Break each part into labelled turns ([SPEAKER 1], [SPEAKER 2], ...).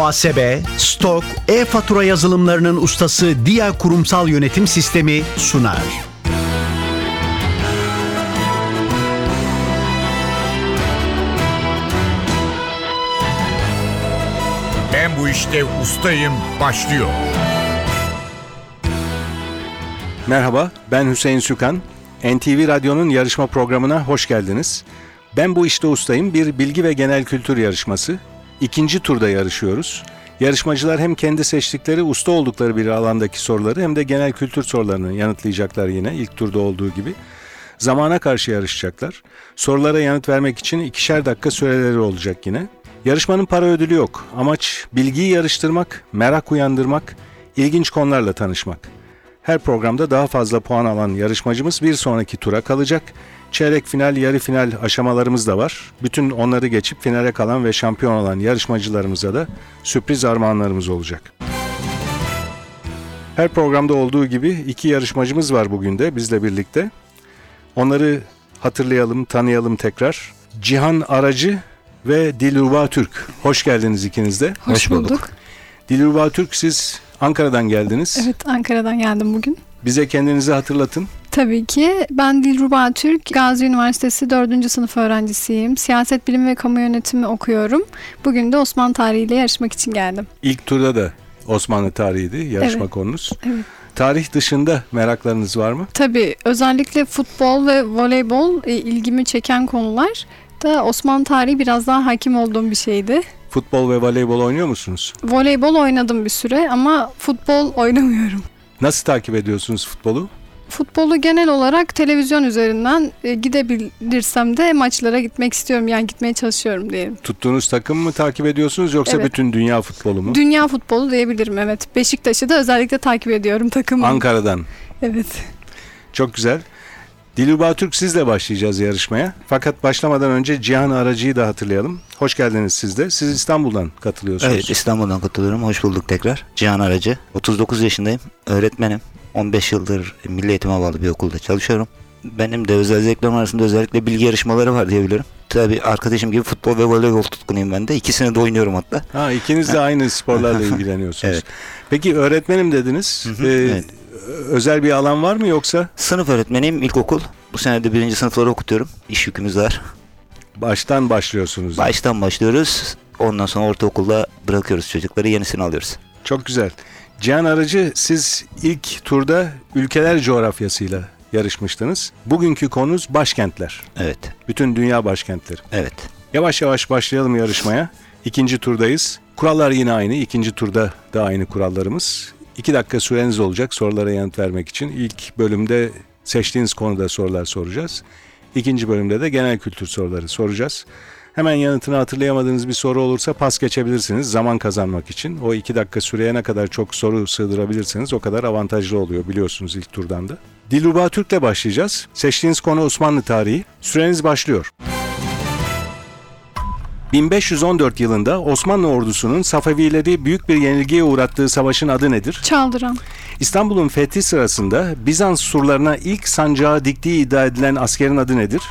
[SPEAKER 1] muhasebe, stok, e-fatura yazılımlarının ustası Dia Kurumsal Yönetim Sistemi sunar.
[SPEAKER 2] Ben bu işte ustayım başlıyor.
[SPEAKER 3] Merhaba, ben Hüseyin Sükan. NTV Radyo'nun yarışma programına hoş geldiniz. Ben bu işte ustayım bir bilgi ve genel kültür yarışması. İkinci turda yarışıyoruz. Yarışmacılar hem kendi seçtikleri usta oldukları bir alandaki soruları hem de genel kültür sorularını yanıtlayacaklar yine ilk turda olduğu gibi. Zamana karşı yarışacaklar. Sorulara yanıt vermek için ikişer dakika süreleri olacak yine. Yarışmanın para ödülü yok. Amaç bilgiyi yarıştırmak, merak uyandırmak, ilginç konularla tanışmak. Her programda daha fazla puan alan yarışmacımız bir sonraki tura kalacak. Çeyrek final, yarı final aşamalarımız da var. Bütün onları geçip finale kalan ve şampiyon olan yarışmacılarımıza da sürpriz armağanlarımız olacak. Her programda olduğu gibi iki yarışmacımız var bugün de bizle birlikte. Onları hatırlayalım, tanıyalım tekrar. Cihan Aracı ve Dilruba Türk. Hoş geldiniz ikiniz de.
[SPEAKER 4] Hoş, bulduk.
[SPEAKER 3] Dilruba Türk siz Ankara'dan geldiniz.
[SPEAKER 4] Evet Ankara'dan geldim bugün.
[SPEAKER 3] Bize kendinizi hatırlatın.
[SPEAKER 4] Tabii ki ben Dilruba Türk, Gazi Üniversitesi 4. sınıf öğrencisiyim. Siyaset bilimi ve kamu yönetimi okuyorum. Bugün de Osman tarihiyle yarışmak için geldim.
[SPEAKER 3] İlk turda da Osmanlı tarihiydi yarışma konunuz.
[SPEAKER 4] Evet.
[SPEAKER 3] Tarih dışında meraklarınız var mı?
[SPEAKER 4] Tabii özellikle futbol ve voleybol e, ilgimi çeken konular da Osmanlı tarihi biraz daha hakim olduğum bir şeydi.
[SPEAKER 3] Futbol ve voleybol oynuyor musunuz?
[SPEAKER 4] Voleybol oynadım bir süre ama futbol oynamıyorum.
[SPEAKER 3] Nasıl takip ediyorsunuz futbolu?
[SPEAKER 4] Futbolu genel olarak televizyon üzerinden e, gidebilirsem de maçlara gitmek istiyorum. Yani gitmeye çalışıyorum diyelim.
[SPEAKER 3] Tuttuğunuz takım mı takip ediyorsunuz yoksa
[SPEAKER 4] Evet.
[SPEAKER 3] bütün dünya futbolu mu?
[SPEAKER 4] Dünya futbolu diyebilirim evet. Beşiktaş'ı da özellikle takip ediyorum takımı.
[SPEAKER 3] Ankara'dan.
[SPEAKER 4] Evet.
[SPEAKER 3] Çok güzel. Dilruba Türk sizle başlayacağız yarışmaya. Fakat başlamadan önce Cihan Aracı'yı da hatırlayalım. Hoş geldiniz siz de. Siz İstanbul'dan katılıyorsunuz.
[SPEAKER 5] Evet İstanbul'dan katılıyorum. Hoş bulduk tekrar. Cihan Aracı. 39 yaşındayım. Öğretmenim. 15 yıldır Milli Eğitim'e bağlı bir okulda çalışıyorum. Benim de özel zevklerim arasında özellikle bilgi yarışmaları var diyebilirim. Tabii arkadaşım gibi futbol ve voleybol tutkunuyum ben de. İkisini de oynuyorum hatta.
[SPEAKER 3] Ha ikiniz de aynı sporlarla ilgileniyorsunuz.
[SPEAKER 5] Evet.
[SPEAKER 3] Peki öğretmenim dediniz. Ee,
[SPEAKER 5] evet.
[SPEAKER 3] Özel bir alan var mı yoksa
[SPEAKER 5] Sınıf öğretmeniyim ilkokul. Bu sene de birinci sınıfları okutuyorum. İş yükümüz var.
[SPEAKER 3] baştan başlıyorsunuz?
[SPEAKER 5] Baştan başlıyoruz. Ondan sonra ortaokulda bırakıyoruz çocukları. Yenisini alıyoruz.
[SPEAKER 3] Çok güzel. Cihan Aracı siz ilk turda ülkeler coğrafyasıyla yarışmıştınız. Bugünkü konumuz başkentler.
[SPEAKER 5] Evet.
[SPEAKER 3] Bütün dünya başkentleri.
[SPEAKER 5] Evet.
[SPEAKER 3] Yavaş yavaş başlayalım yarışmaya. İkinci turdayız. Kurallar yine aynı. İkinci turda da aynı kurallarımız. İki dakika süreniz olacak sorulara yanıt vermek için. İlk bölümde seçtiğiniz konuda sorular soracağız. İkinci bölümde de genel kültür soruları soracağız. Hemen yanıtını hatırlayamadığınız bir soru olursa pas geçebilirsiniz zaman kazanmak için. O iki dakika süreye ne kadar çok soru sığdırabilirseniz o kadar avantajlı oluyor biliyorsunuz ilk turdan da. Dilruba Türk'le başlayacağız. Seçtiğiniz konu Osmanlı tarihi. Süreniz başlıyor. 1514 yılında Osmanlı ordusunun Safavilere büyük bir yenilgiye uğrattığı savaşın adı nedir?
[SPEAKER 4] Çaldıran.
[SPEAKER 3] İstanbul'un fethi sırasında Bizans surlarına ilk sancağı diktiği iddia edilen askerin adı nedir?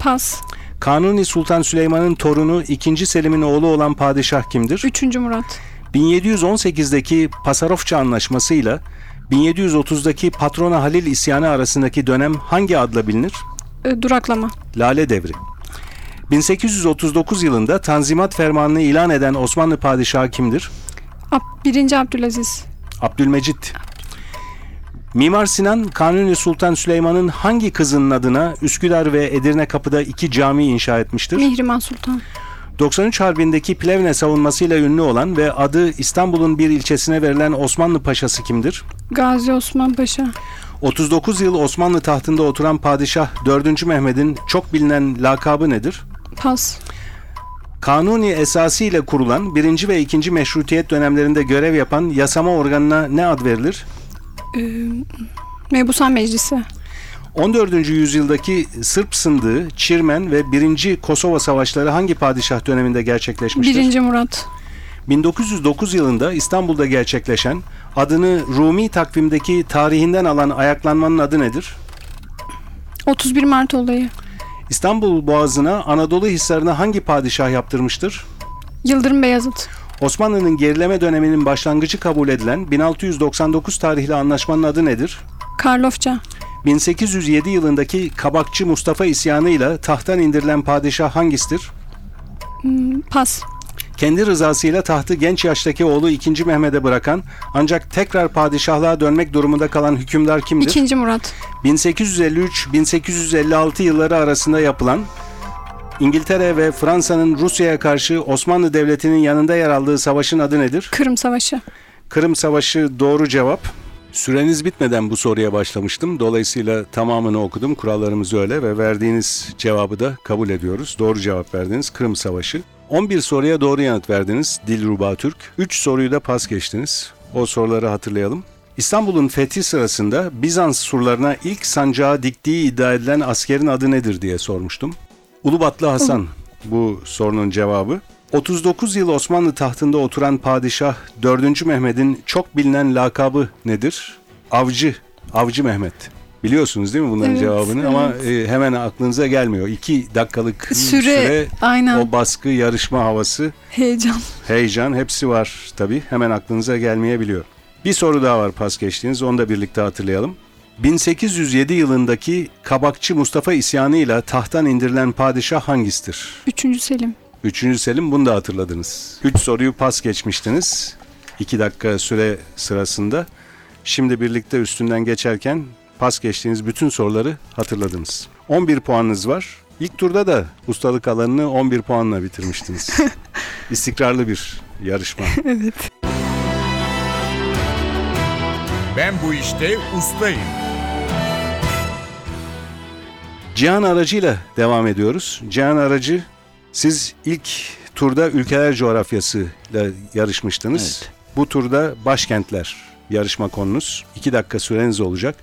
[SPEAKER 4] Pas.
[SPEAKER 3] Kanuni Sultan Süleyman'ın torunu 2. Selim'in oğlu olan padişah kimdir?
[SPEAKER 4] Üçüncü Murat.
[SPEAKER 3] 1718'deki Pasarofça Anlaşması'yla 1730'daki Patrona Halil isyanı arasındaki dönem hangi adla bilinir?
[SPEAKER 4] E, duraklama.
[SPEAKER 3] Lale Devri. 1839 yılında Tanzimat Fermanı'nı ilan eden Osmanlı padişahı kimdir?
[SPEAKER 4] Ab- Birinci Abdülaziz.
[SPEAKER 3] Abdülmecit. Mimar Sinan, Kanuni Sultan Süleyman'ın hangi kızının adına Üsküdar ve Edirne Kapı'da iki cami inşa etmiştir?
[SPEAKER 4] Mihriman Sultan.
[SPEAKER 3] 93 Harbi'ndeki Plevne savunmasıyla ünlü olan ve adı İstanbul'un bir ilçesine verilen Osmanlı Paşası kimdir?
[SPEAKER 4] Gazi Osman Paşa.
[SPEAKER 3] 39 yıl Osmanlı tahtında oturan padişah 4. Mehmet'in çok bilinen lakabı nedir?
[SPEAKER 4] Pas.
[SPEAKER 3] Kanuni esası ile kurulan 1. ve 2. meşrutiyet dönemlerinde görev yapan yasama organına ne ad verilir?
[SPEAKER 4] E, Mebusan Meclisi.
[SPEAKER 3] 14. yüzyıldaki Sırp sındığı, Çirmen ve 1. Kosova savaşları hangi padişah döneminde gerçekleşmiştir?
[SPEAKER 4] Birinci Murat.
[SPEAKER 3] 1909 yılında İstanbul'da gerçekleşen, adını Rumi takvimdeki tarihinden alan ayaklanmanın adı nedir?
[SPEAKER 4] 31 Mart olayı.
[SPEAKER 3] İstanbul Boğazı'na Anadolu Hisarı'na hangi padişah yaptırmıştır?
[SPEAKER 4] Yıldırım Beyazıt.
[SPEAKER 3] Osmanlı'nın gerileme döneminin başlangıcı kabul edilen 1699 tarihli anlaşmanın adı nedir?
[SPEAKER 4] Karlofça.
[SPEAKER 3] 1807 yılındaki Kabakçı Mustafa isyanıyla tahttan indirilen padişah hangisidir?
[SPEAKER 4] Pas.
[SPEAKER 3] Kendi rızasıyla tahtı genç yaştaki oğlu 2. Mehmet'e bırakan ancak tekrar padişahlığa dönmek durumunda kalan hükümdar kimdir?
[SPEAKER 4] İkinci Murat.
[SPEAKER 3] 1853-1856 yılları arasında yapılan İngiltere ve Fransa'nın Rusya'ya karşı Osmanlı Devleti'nin yanında yer aldığı savaşın adı nedir?
[SPEAKER 4] Kırım Savaşı.
[SPEAKER 3] Kırım Savaşı doğru cevap. Süreniz bitmeden bu soruya başlamıştım. Dolayısıyla tamamını okudum. Kurallarımız öyle ve verdiğiniz cevabı da kabul ediyoruz. Doğru cevap verdiniz. Kırım Savaşı. 11 soruya doğru yanıt verdiniz Dilruba Türk. 3 soruyu da pas geçtiniz. O soruları hatırlayalım. İstanbul'un fethi sırasında Bizans surlarına ilk sancağı diktiği iddia edilen askerin adı nedir diye sormuştum. Ulubatlı Hasan bu sorunun cevabı. 39 yıl Osmanlı tahtında oturan padişah 4. Mehmet'in çok bilinen lakabı nedir? Avcı, Avcı Mehmet. Biliyorsunuz değil mi bunların
[SPEAKER 4] Evet,
[SPEAKER 3] cevabını ama e, hemen aklınıza gelmiyor. 2 dakikalık
[SPEAKER 4] Süre,
[SPEAKER 3] süre,
[SPEAKER 4] aynen.
[SPEAKER 3] o baskı, yarışma havası,
[SPEAKER 4] Heyecan.
[SPEAKER 3] heyecan hepsi var tabii. Hemen aklınıza gelmeyebiliyor. Bir soru daha var pas geçtiğiniz onu da birlikte hatırlayalım. 1807 yılındaki Kabakçı Mustafa isyanıyla tahttan indirilen padişah hangisidir?
[SPEAKER 4] Üçüncü Selim.
[SPEAKER 3] Üçüncü Selim bunu da hatırladınız. Üç soruyu pas geçmiştiniz. İki dakika süre sırasında. Şimdi birlikte üstünden geçerken pas geçtiğiniz bütün soruları hatırladınız. 11 puanınız var. İlk turda da ustalık alanını 11 puanla bitirmiştiniz. İstikrarlı bir yarışma.
[SPEAKER 2] Ben bu işte ustayım.
[SPEAKER 3] Cihan Aracı'yla devam ediyoruz. Cihan Aracı, siz ilk turda ülkeler coğrafyasıyla yarışmıştınız. Bu turda başkentler yarışma konunuz. İki dakika süreniz olacak.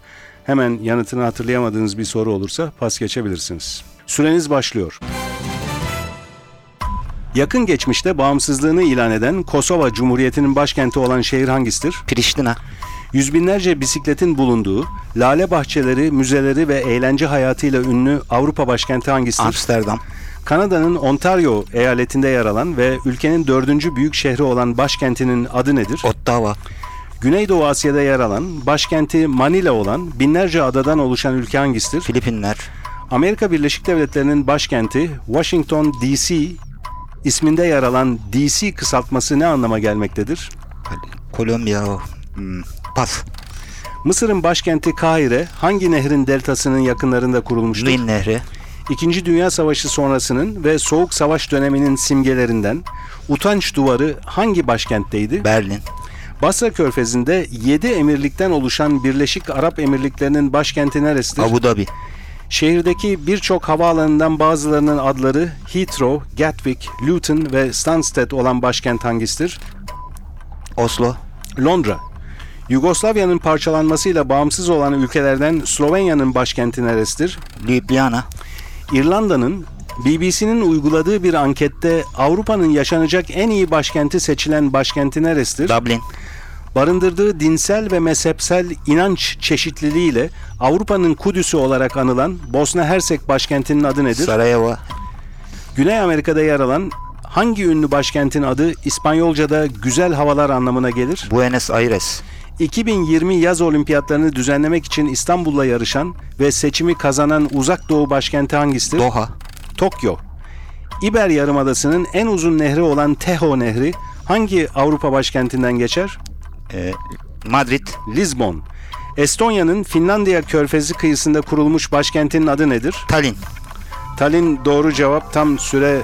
[SPEAKER 3] Hemen yanıtını hatırlayamadığınız bir soru olursa pas geçebilirsiniz. Süreniz başlıyor. Yakın geçmişte bağımsızlığını ilan eden Kosova Cumhuriyeti'nin başkenti olan şehir hangisidir?
[SPEAKER 5] Priştina,
[SPEAKER 3] Yüz binlerce bisikletin bulunduğu, lale bahçeleri, müzeleri ve eğlence hayatıyla ünlü Avrupa başkenti hangisidir?
[SPEAKER 5] Amsterdam,
[SPEAKER 3] Kanada'nın Ontario eyaletinde yer alan ve ülkenin dördüncü büyük şehri olan başkentinin adı nedir?
[SPEAKER 5] Ottawa,
[SPEAKER 3] Güneydoğu Asya'da yer alan, başkenti Manila olan, binlerce adadan oluşan ülke hangisidir?
[SPEAKER 5] Filipinler,
[SPEAKER 3] Amerika Birleşik Devletleri'nin başkenti Washington D.C. isminde yer alan D.C. kısaltması ne anlama gelmektedir?
[SPEAKER 5] Kolombiya, hmm, Pas,
[SPEAKER 3] Mısır'ın başkenti Kahire hangi nehrin deltasının yakınlarında kurulmuştur?
[SPEAKER 5] Nil Nehri,
[SPEAKER 3] İkinci Dünya Savaşı sonrasının ve Soğuk Savaş döneminin simgelerinden Utanç Duvarı hangi başkentteydi?
[SPEAKER 5] Berlin,
[SPEAKER 3] Basra Körfezi'nde 7 emirlikten oluşan Birleşik Arap Emirlikleri'nin başkenti neresidir?
[SPEAKER 5] Abu Dhabi,
[SPEAKER 3] Şehirdeki birçok havaalanından bazılarının adları Heathrow, Gatwick, Luton ve Stansted olan başkent hangisidir?
[SPEAKER 5] Oslo,
[SPEAKER 3] Londra. Yugoslavya'nın parçalanmasıyla bağımsız olan ülkelerden Slovenya'nın başkenti neresidir?
[SPEAKER 5] Ljubljana,
[SPEAKER 3] İrlanda'nın BBC'nin uyguladığı bir ankette Avrupa'nın yaşanacak en iyi başkenti seçilen başkenti neresidir?
[SPEAKER 5] Dublin,
[SPEAKER 3] Barındırdığı dinsel ve mezhepsel inanç çeşitliliğiyle Avrupa'nın Kudüs'ü olarak anılan Bosna Hersek başkentinin adı nedir?
[SPEAKER 5] Sarajevo,
[SPEAKER 3] Güney Amerika'da yer alan hangi ünlü başkentin adı İspanyolca'da güzel havalar anlamına gelir?
[SPEAKER 5] Buenos Aires,
[SPEAKER 3] 2020 yaz olimpiyatlarını düzenlemek için İstanbul'la yarışan ve seçimi kazanan uzak doğu başkenti hangisidir?
[SPEAKER 5] Doha,
[SPEAKER 3] Tokyo. İber Yarımadası'nın en uzun nehri olan Teho Nehri hangi Avrupa başkentinden geçer?
[SPEAKER 5] e, Madrid,
[SPEAKER 3] Lisbon. Estonya'nın Finlandiya körfezi kıyısında kurulmuş başkentinin adı nedir?
[SPEAKER 5] Tallinn,
[SPEAKER 3] Talin doğru cevap tam süre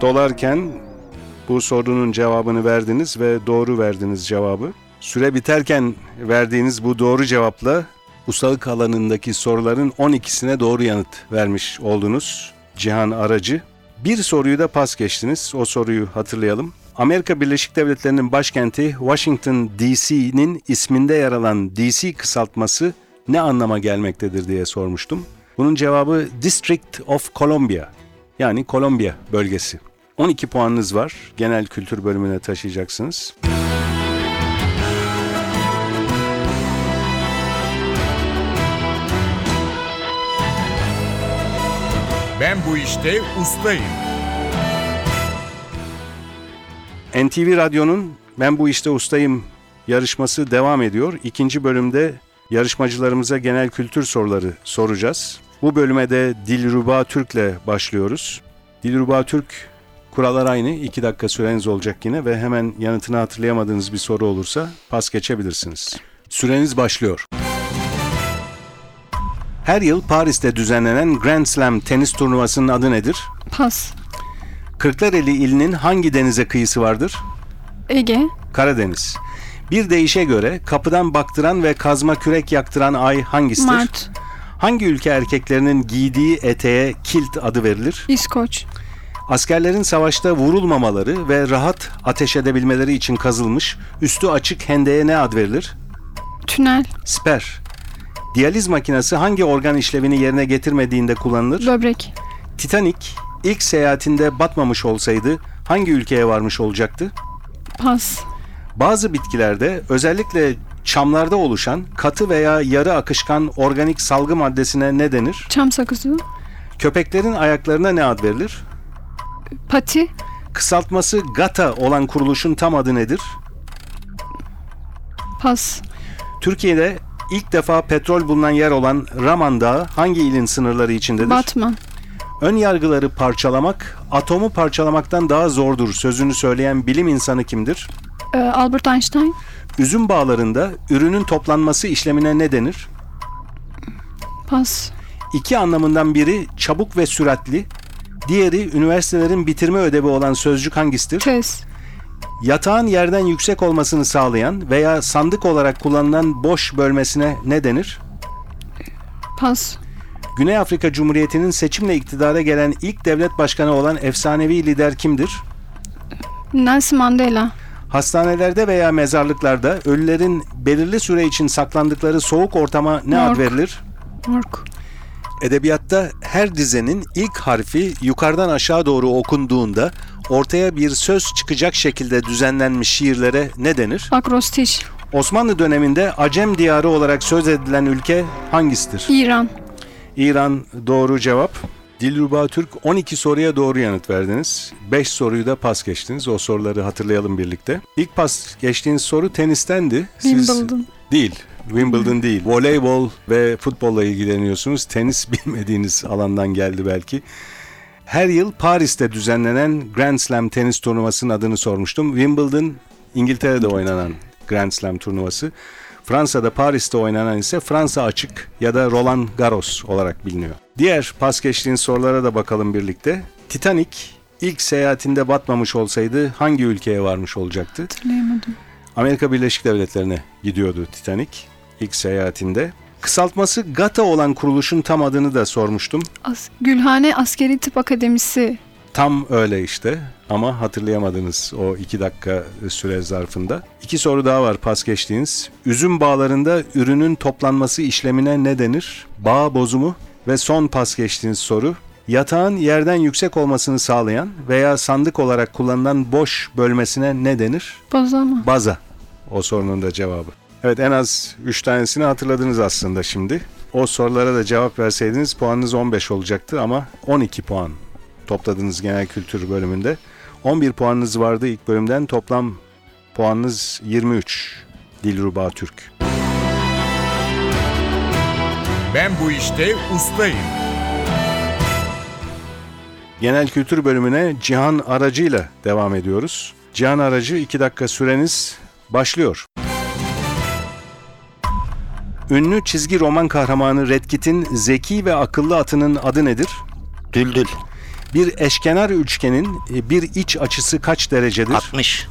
[SPEAKER 3] dolarken bu sorunun cevabını verdiniz ve doğru verdiniz cevabı. Süre biterken verdiğiniz bu doğru cevapla ustalık alanındaki soruların 12'sine doğru yanıt vermiş oldunuz. Cihan Aracı. Bir soruyu da pas geçtiniz. O soruyu hatırlayalım. Amerika Birleşik Devletleri'nin başkenti Washington D.C.'nin isminde yer alan D.C. kısaltması ne anlama gelmektedir diye sormuştum. Bunun cevabı District of Columbia yani Kolombiya bölgesi. 12 puanınız var. Genel kültür bölümüne taşıyacaksınız.
[SPEAKER 2] Ben bu işte ustayım.
[SPEAKER 3] NTV Radyo'nun Ben Bu İşte Ustayım yarışması devam ediyor. İkinci bölümde yarışmacılarımıza genel kültür soruları soracağız. Bu bölüme de Dilruba Türk'le başlıyoruz. Dilruba Türk kurallar aynı. 2 dakika süreniz olacak yine ve hemen yanıtını hatırlayamadığınız bir soru olursa pas geçebilirsiniz. Süreniz başlıyor. Her yıl Paris'te düzenlenen Grand Slam tenis turnuvasının adı nedir?
[SPEAKER 4] Pas.
[SPEAKER 3] Kırklareli ilinin hangi denize kıyısı vardır?
[SPEAKER 4] Ege.
[SPEAKER 3] Karadeniz. Bir deyişe göre kapıdan baktıran ve kazma kürek yaktıran ay hangisidir?
[SPEAKER 4] Mart.
[SPEAKER 3] Hangi ülke erkeklerinin giydiği eteğe kilt adı verilir?
[SPEAKER 4] İskoç.
[SPEAKER 3] Askerlerin savaşta vurulmamaları ve rahat ateş edebilmeleri için kazılmış üstü açık hendeğe ne ad verilir?
[SPEAKER 4] Tünel.
[SPEAKER 3] Sper. Diyaliz makinesi hangi organ işlevini yerine getirmediğinde kullanılır?
[SPEAKER 4] Böbrek.
[SPEAKER 3] Titanic ilk seyahatinde batmamış olsaydı hangi ülkeye varmış olacaktı?
[SPEAKER 4] Pas.
[SPEAKER 3] Bazı bitkilerde özellikle çamlarda oluşan katı veya yarı akışkan organik salgı maddesine ne denir?
[SPEAKER 4] Çam sakızı.
[SPEAKER 3] Köpeklerin ayaklarına ne ad verilir?
[SPEAKER 4] Pati.
[SPEAKER 3] Kısaltması GATA olan kuruluşun tam adı nedir?
[SPEAKER 4] Pas.
[SPEAKER 3] Türkiye'de ilk defa petrol bulunan yer olan Raman Dağı hangi ilin sınırları içindedir?
[SPEAKER 4] Batman.
[SPEAKER 3] Ön yargıları parçalamak, atomu parçalamaktan daha zordur sözünü söyleyen bilim insanı kimdir?
[SPEAKER 4] Ee, Albert Einstein.
[SPEAKER 3] Üzüm bağlarında ürünün toplanması işlemine ne denir?
[SPEAKER 4] Pas.
[SPEAKER 3] İki anlamından biri çabuk ve süratli, diğeri üniversitelerin bitirme ödevi olan sözcük hangisidir?
[SPEAKER 4] Tez.
[SPEAKER 3] Yatağın yerden yüksek olmasını sağlayan veya sandık olarak kullanılan boş bölmesine ne denir?
[SPEAKER 4] Pas.
[SPEAKER 3] Güney Afrika Cumhuriyeti'nin seçimle iktidara gelen ilk devlet başkanı olan efsanevi lider kimdir?
[SPEAKER 4] Nelson Mandela.
[SPEAKER 3] Hastanelerde veya mezarlıklarda ölülerin belirli süre için saklandıkları soğuk ortama ne ad
[SPEAKER 4] Morg.
[SPEAKER 3] verilir?
[SPEAKER 4] Mork.
[SPEAKER 3] Edebiyatta her dizenin ilk harfi yukarıdan aşağı doğru okunduğunda ortaya bir söz çıkacak şekilde düzenlenmiş şiirlere ne denir?
[SPEAKER 4] Akrostiş.
[SPEAKER 3] Osmanlı döneminde Acem diyarı olarak söz edilen ülke hangisidir?
[SPEAKER 4] İran.
[SPEAKER 3] İran doğru cevap. Dilruba Türk 12 soruya doğru yanıt verdiniz. 5 soruyu da pas geçtiniz. O soruları hatırlayalım birlikte. İlk pas geçtiğiniz soru tenistendi. Siz-
[SPEAKER 4] Wimbledon.
[SPEAKER 3] Değil. Wimbledon değil. Voleybol ve futbolla ilgileniyorsunuz. Tenis bilmediğiniz alandan geldi belki. Her yıl Paris'te düzenlenen Grand Slam tenis turnuvasının adını sormuştum. Wimbledon İngiltere'de oynanan Grand Slam turnuvası. Fransa'da Paris'te oynanan ise Fransa Açık ya da Roland Garros olarak biliniyor. Diğer pas geçtiğin sorulara da bakalım birlikte. Titanic ilk seyahatinde batmamış olsaydı hangi ülkeye varmış olacaktı?
[SPEAKER 4] Hatırlayamadım.
[SPEAKER 3] Amerika Birleşik Devletleri'ne gidiyordu Titanic ilk seyahatinde. Kısaltması GATA olan kuruluşun tam adını da sormuştum.
[SPEAKER 4] As- Gülhane Askeri Tıp Akademisi.
[SPEAKER 3] Tam öyle işte ama hatırlayamadınız o iki dakika süre zarfında. İki soru daha var pas geçtiğiniz. Üzüm bağlarında ürünün toplanması işlemine ne denir? Bağ bozumu ve son pas geçtiğiniz soru. Yatağın yerden yüksek olmasını sağlayan veya sandık olarak kullanılan boş bölmesine ne denir?
[SPEAKER 4] Bozama.
[SPEAKER 3] Baza. O sorunun da cevabı. Evet en az 3 tanesini hatırladınız aslında şimdi. O sorulara da cevap verseydiniz puanınız 15 olacaktı ama 12 puan topladınız genel kültür bölümünde. 11 puanınız vardı ilk bölümden toplam puanınız 23 Dilruba Türk.
[SPEAKER 2] Ben bu işte ustayım.
[SPEAKER 3] Genel kültür bölümüne Cihan Aracı ile devam ediyoruz. Cihan Aracı 2 dakika süreniz başlıyor. Ünlü çizgi roman kahramanı Redkit'in zeki ve akıllı atının adı nedir?
[SPEAKER 5] Düldül.
[SPEAKER 3] Bir eşkenar üçgenin e, bir iç açısı kaç derecedir?
[SPEAKER 5] 60.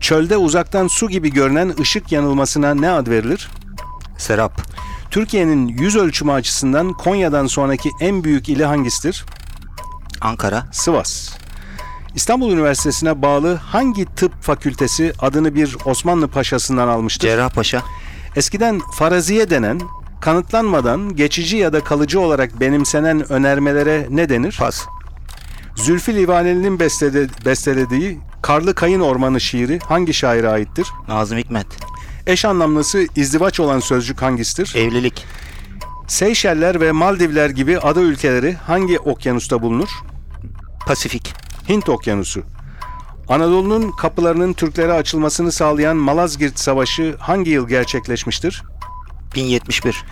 [SPEAKER 3] Çölde uzaktan su gibi görünen ışık yanılmasına ne ad verilir?
[SPEAKER 5] Serap.
[SPEAKER 3] Türkiye'nin yüz ölçümü açısından Konya'dan sonraki en büyük ili hangisidir?
[SPEAKER 5] Ankara.
[SPEAKER 3] Sivas. İstanbul Üniversitesi'ne bağlı hangi tıp fakültesi adını bir Osmanlı paşasından almıştır?
[SPEAKER 5] Cerrahpaşa.
[SPEAKER 3] Eskiden faraziye denen, kanıtlanmadan geçici ya da kalıcı olarak benimsenen önermelere ne denir?
[SPEAKER 5] Pas.
[SPEAKER 3] Zülfü Livaneli'nin bestede- bestelediği Karlı Kayın Ormanı şiiri hangi şaire aittir?
[SPEAKER 5] Nazım Hikmet.
[SPEAKER 3] Eş anlamlısı izdivaç olan sözcük hangisidir?
[SPEAKER 5] Evlilik.
[SPEAKER 3] Seyşeller ve Maldivler gibi ada ülkeleri hangi okyanusta bulunur?
[SPEAKER 5] Pasifik.
[SPEAKER 3] Hint Okyanusu. Anadolu'nun kapılarının Türklere açılmasını sağlayan Malazgirt Savaşı hangi yıl gerçekleşmiştir?
[SPEAKER 5] 1071.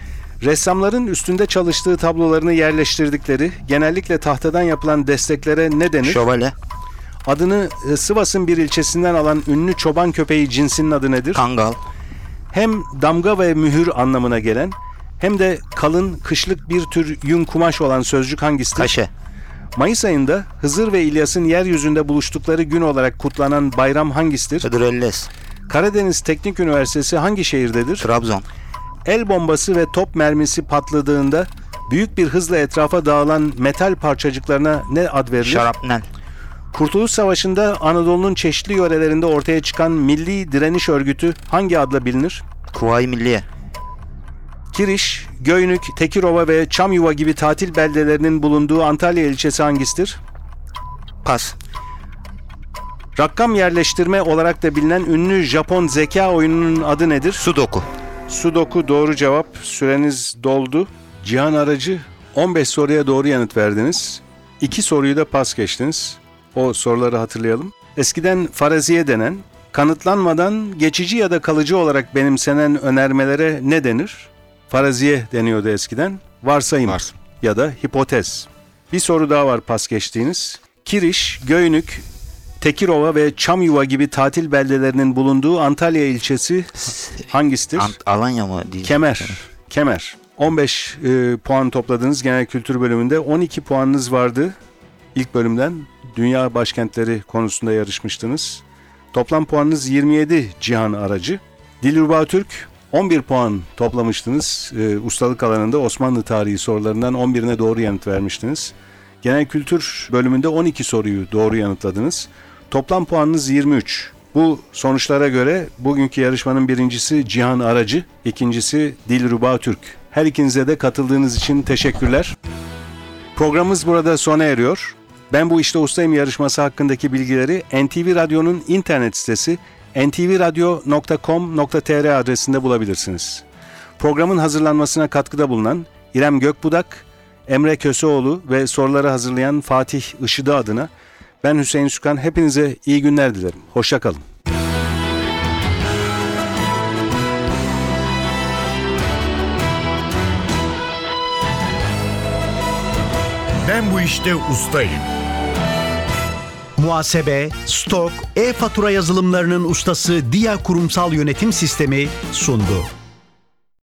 [SPEAKER 3] Ressamların üstünde çalıştığı tablolarını yerleştirdikleri, genellikle tahtadan yapılan desteklere ne denir?
[SPEAKER 5] Şövalye.
[SPEAKER 3] Adını e, Sivas'ın bir ilçesinden alan ünlü çoban köpeği cinsinin adı nedir?
[SPEAKER 5] Kangal.
[SPEAKER 3] hem damga ve mühür anlamına gelen hem de kalın kışlık bir tür yün kumaş olan sözcük hangisidir?
[SPEAKER 5] Kaşe.
[SPEAKER 3] Mayıs ayında Hızır ve İlyas'ın yeryüzünde buluştukları gün olarak kutlanan bayram hangisidir?
[SPEAKER 5] Hıdrellez.
[SPEAKER 3] Karadeniz Teknik Üniversitesi hangi şehirdedir?
[SPEAKER 5] Trabzon.
[SPEAKER 3] El bombası ve top mermisi patladığında büyük bir hızla etrafa dağılan metal parçacıklarına ne ad verilir?
[SPEAKER 5] Şarapnel.
[SPEAKER 3] Kurtuluş Savaşı'nda Anadolu'nun çeşitli yörelerinde ortaya çıkan Milli Direniş Örgütü hangi adla bilinir?
[SPEAKER 5] Kuvayi Milliye.
[SPEAKER 3] Kiriş, Göynük, Tekirova ve Çamyuva gibi tatil beldelerinin bulunduğu Antalya ilçesi hangisidir?
[SPEAKER 5] Pas.
[SPEAKER 3] Rakam yerleştirme olarak da bilinen ünlü Japon zeka oyununun adı nedir?
[SPEAKER 5] Sudoku.
[SPEAKER 3] Sudoku doğru cevap. Süreniz doldu. Cihan Aracı 15 soruya doğru yanıt verdiniz. İki soruyu da pas geçtiniz. O soruları hatırlayalım. Eskiden faraziye denen, kanıtlanmadan geçici ya da kalıcı olarak benimsenen önermelere ne denir? Faraziye deniyordu eskiden. Varsayım
[SPEAKER 2] Vars-
[SPEAKER 3] ya da hipotez. Bir soru daha var pas geçtiğiniz. Kiriş, Göynük, Tekirova ve Çamyuva gibi tatil beldelerinin bulunduğu Antalya ilçesi hangisidir?
[SPEAKER 5] Ant- Alanya mı diyeceğim?
[SPEAKER 3] Kemer. Kemer. 15 e, puan topladınız genel kültür bölümünde. 12 puanınız vardı ilk bölümden. Dünya başkentleri konusunda yarışmıştınız. Toplam puanınız 27 Cihan Aracı. Dilruba Türk 11 puan toplamıştınız. E, ustalık alanında Osmanlı tarihi sorularından 11'ine doğru yanıt vermiştiniz. Genel kültür bölümünde 12 soruyu doğru yanıtladınız. Toplam puanınız 23. Bu sonuçlara göre bugünkü yarışmanın birincisi Cihan Aracı, ikincisi Dilruba Türk. Her ikinize de katıldığınız için teşekkürler. Programımız burada sona eriyor. Ben bu işte ustayım yarışması hakkındaki bilgileri NTV Radyo'nun internet sitesi ntvradio.com.tr adresinde bulabilirsiniz. Programın hazırlanmasına katkıda bulunan İrem Gökbudak, Emre Köseoğlu ve soruları hazırlayan Fatih Işıdı adına ben Hüseyin Sükan hepinize iyi günler dilerim. Hoşçakalın.
[SPEAKER 2] Ben bu işte ustayım.
[SPEAKER 1] Muhasebe, stok, e-fatura yazılımlarının ustası Dia Kurumsal Yönetim Sistemi sundu.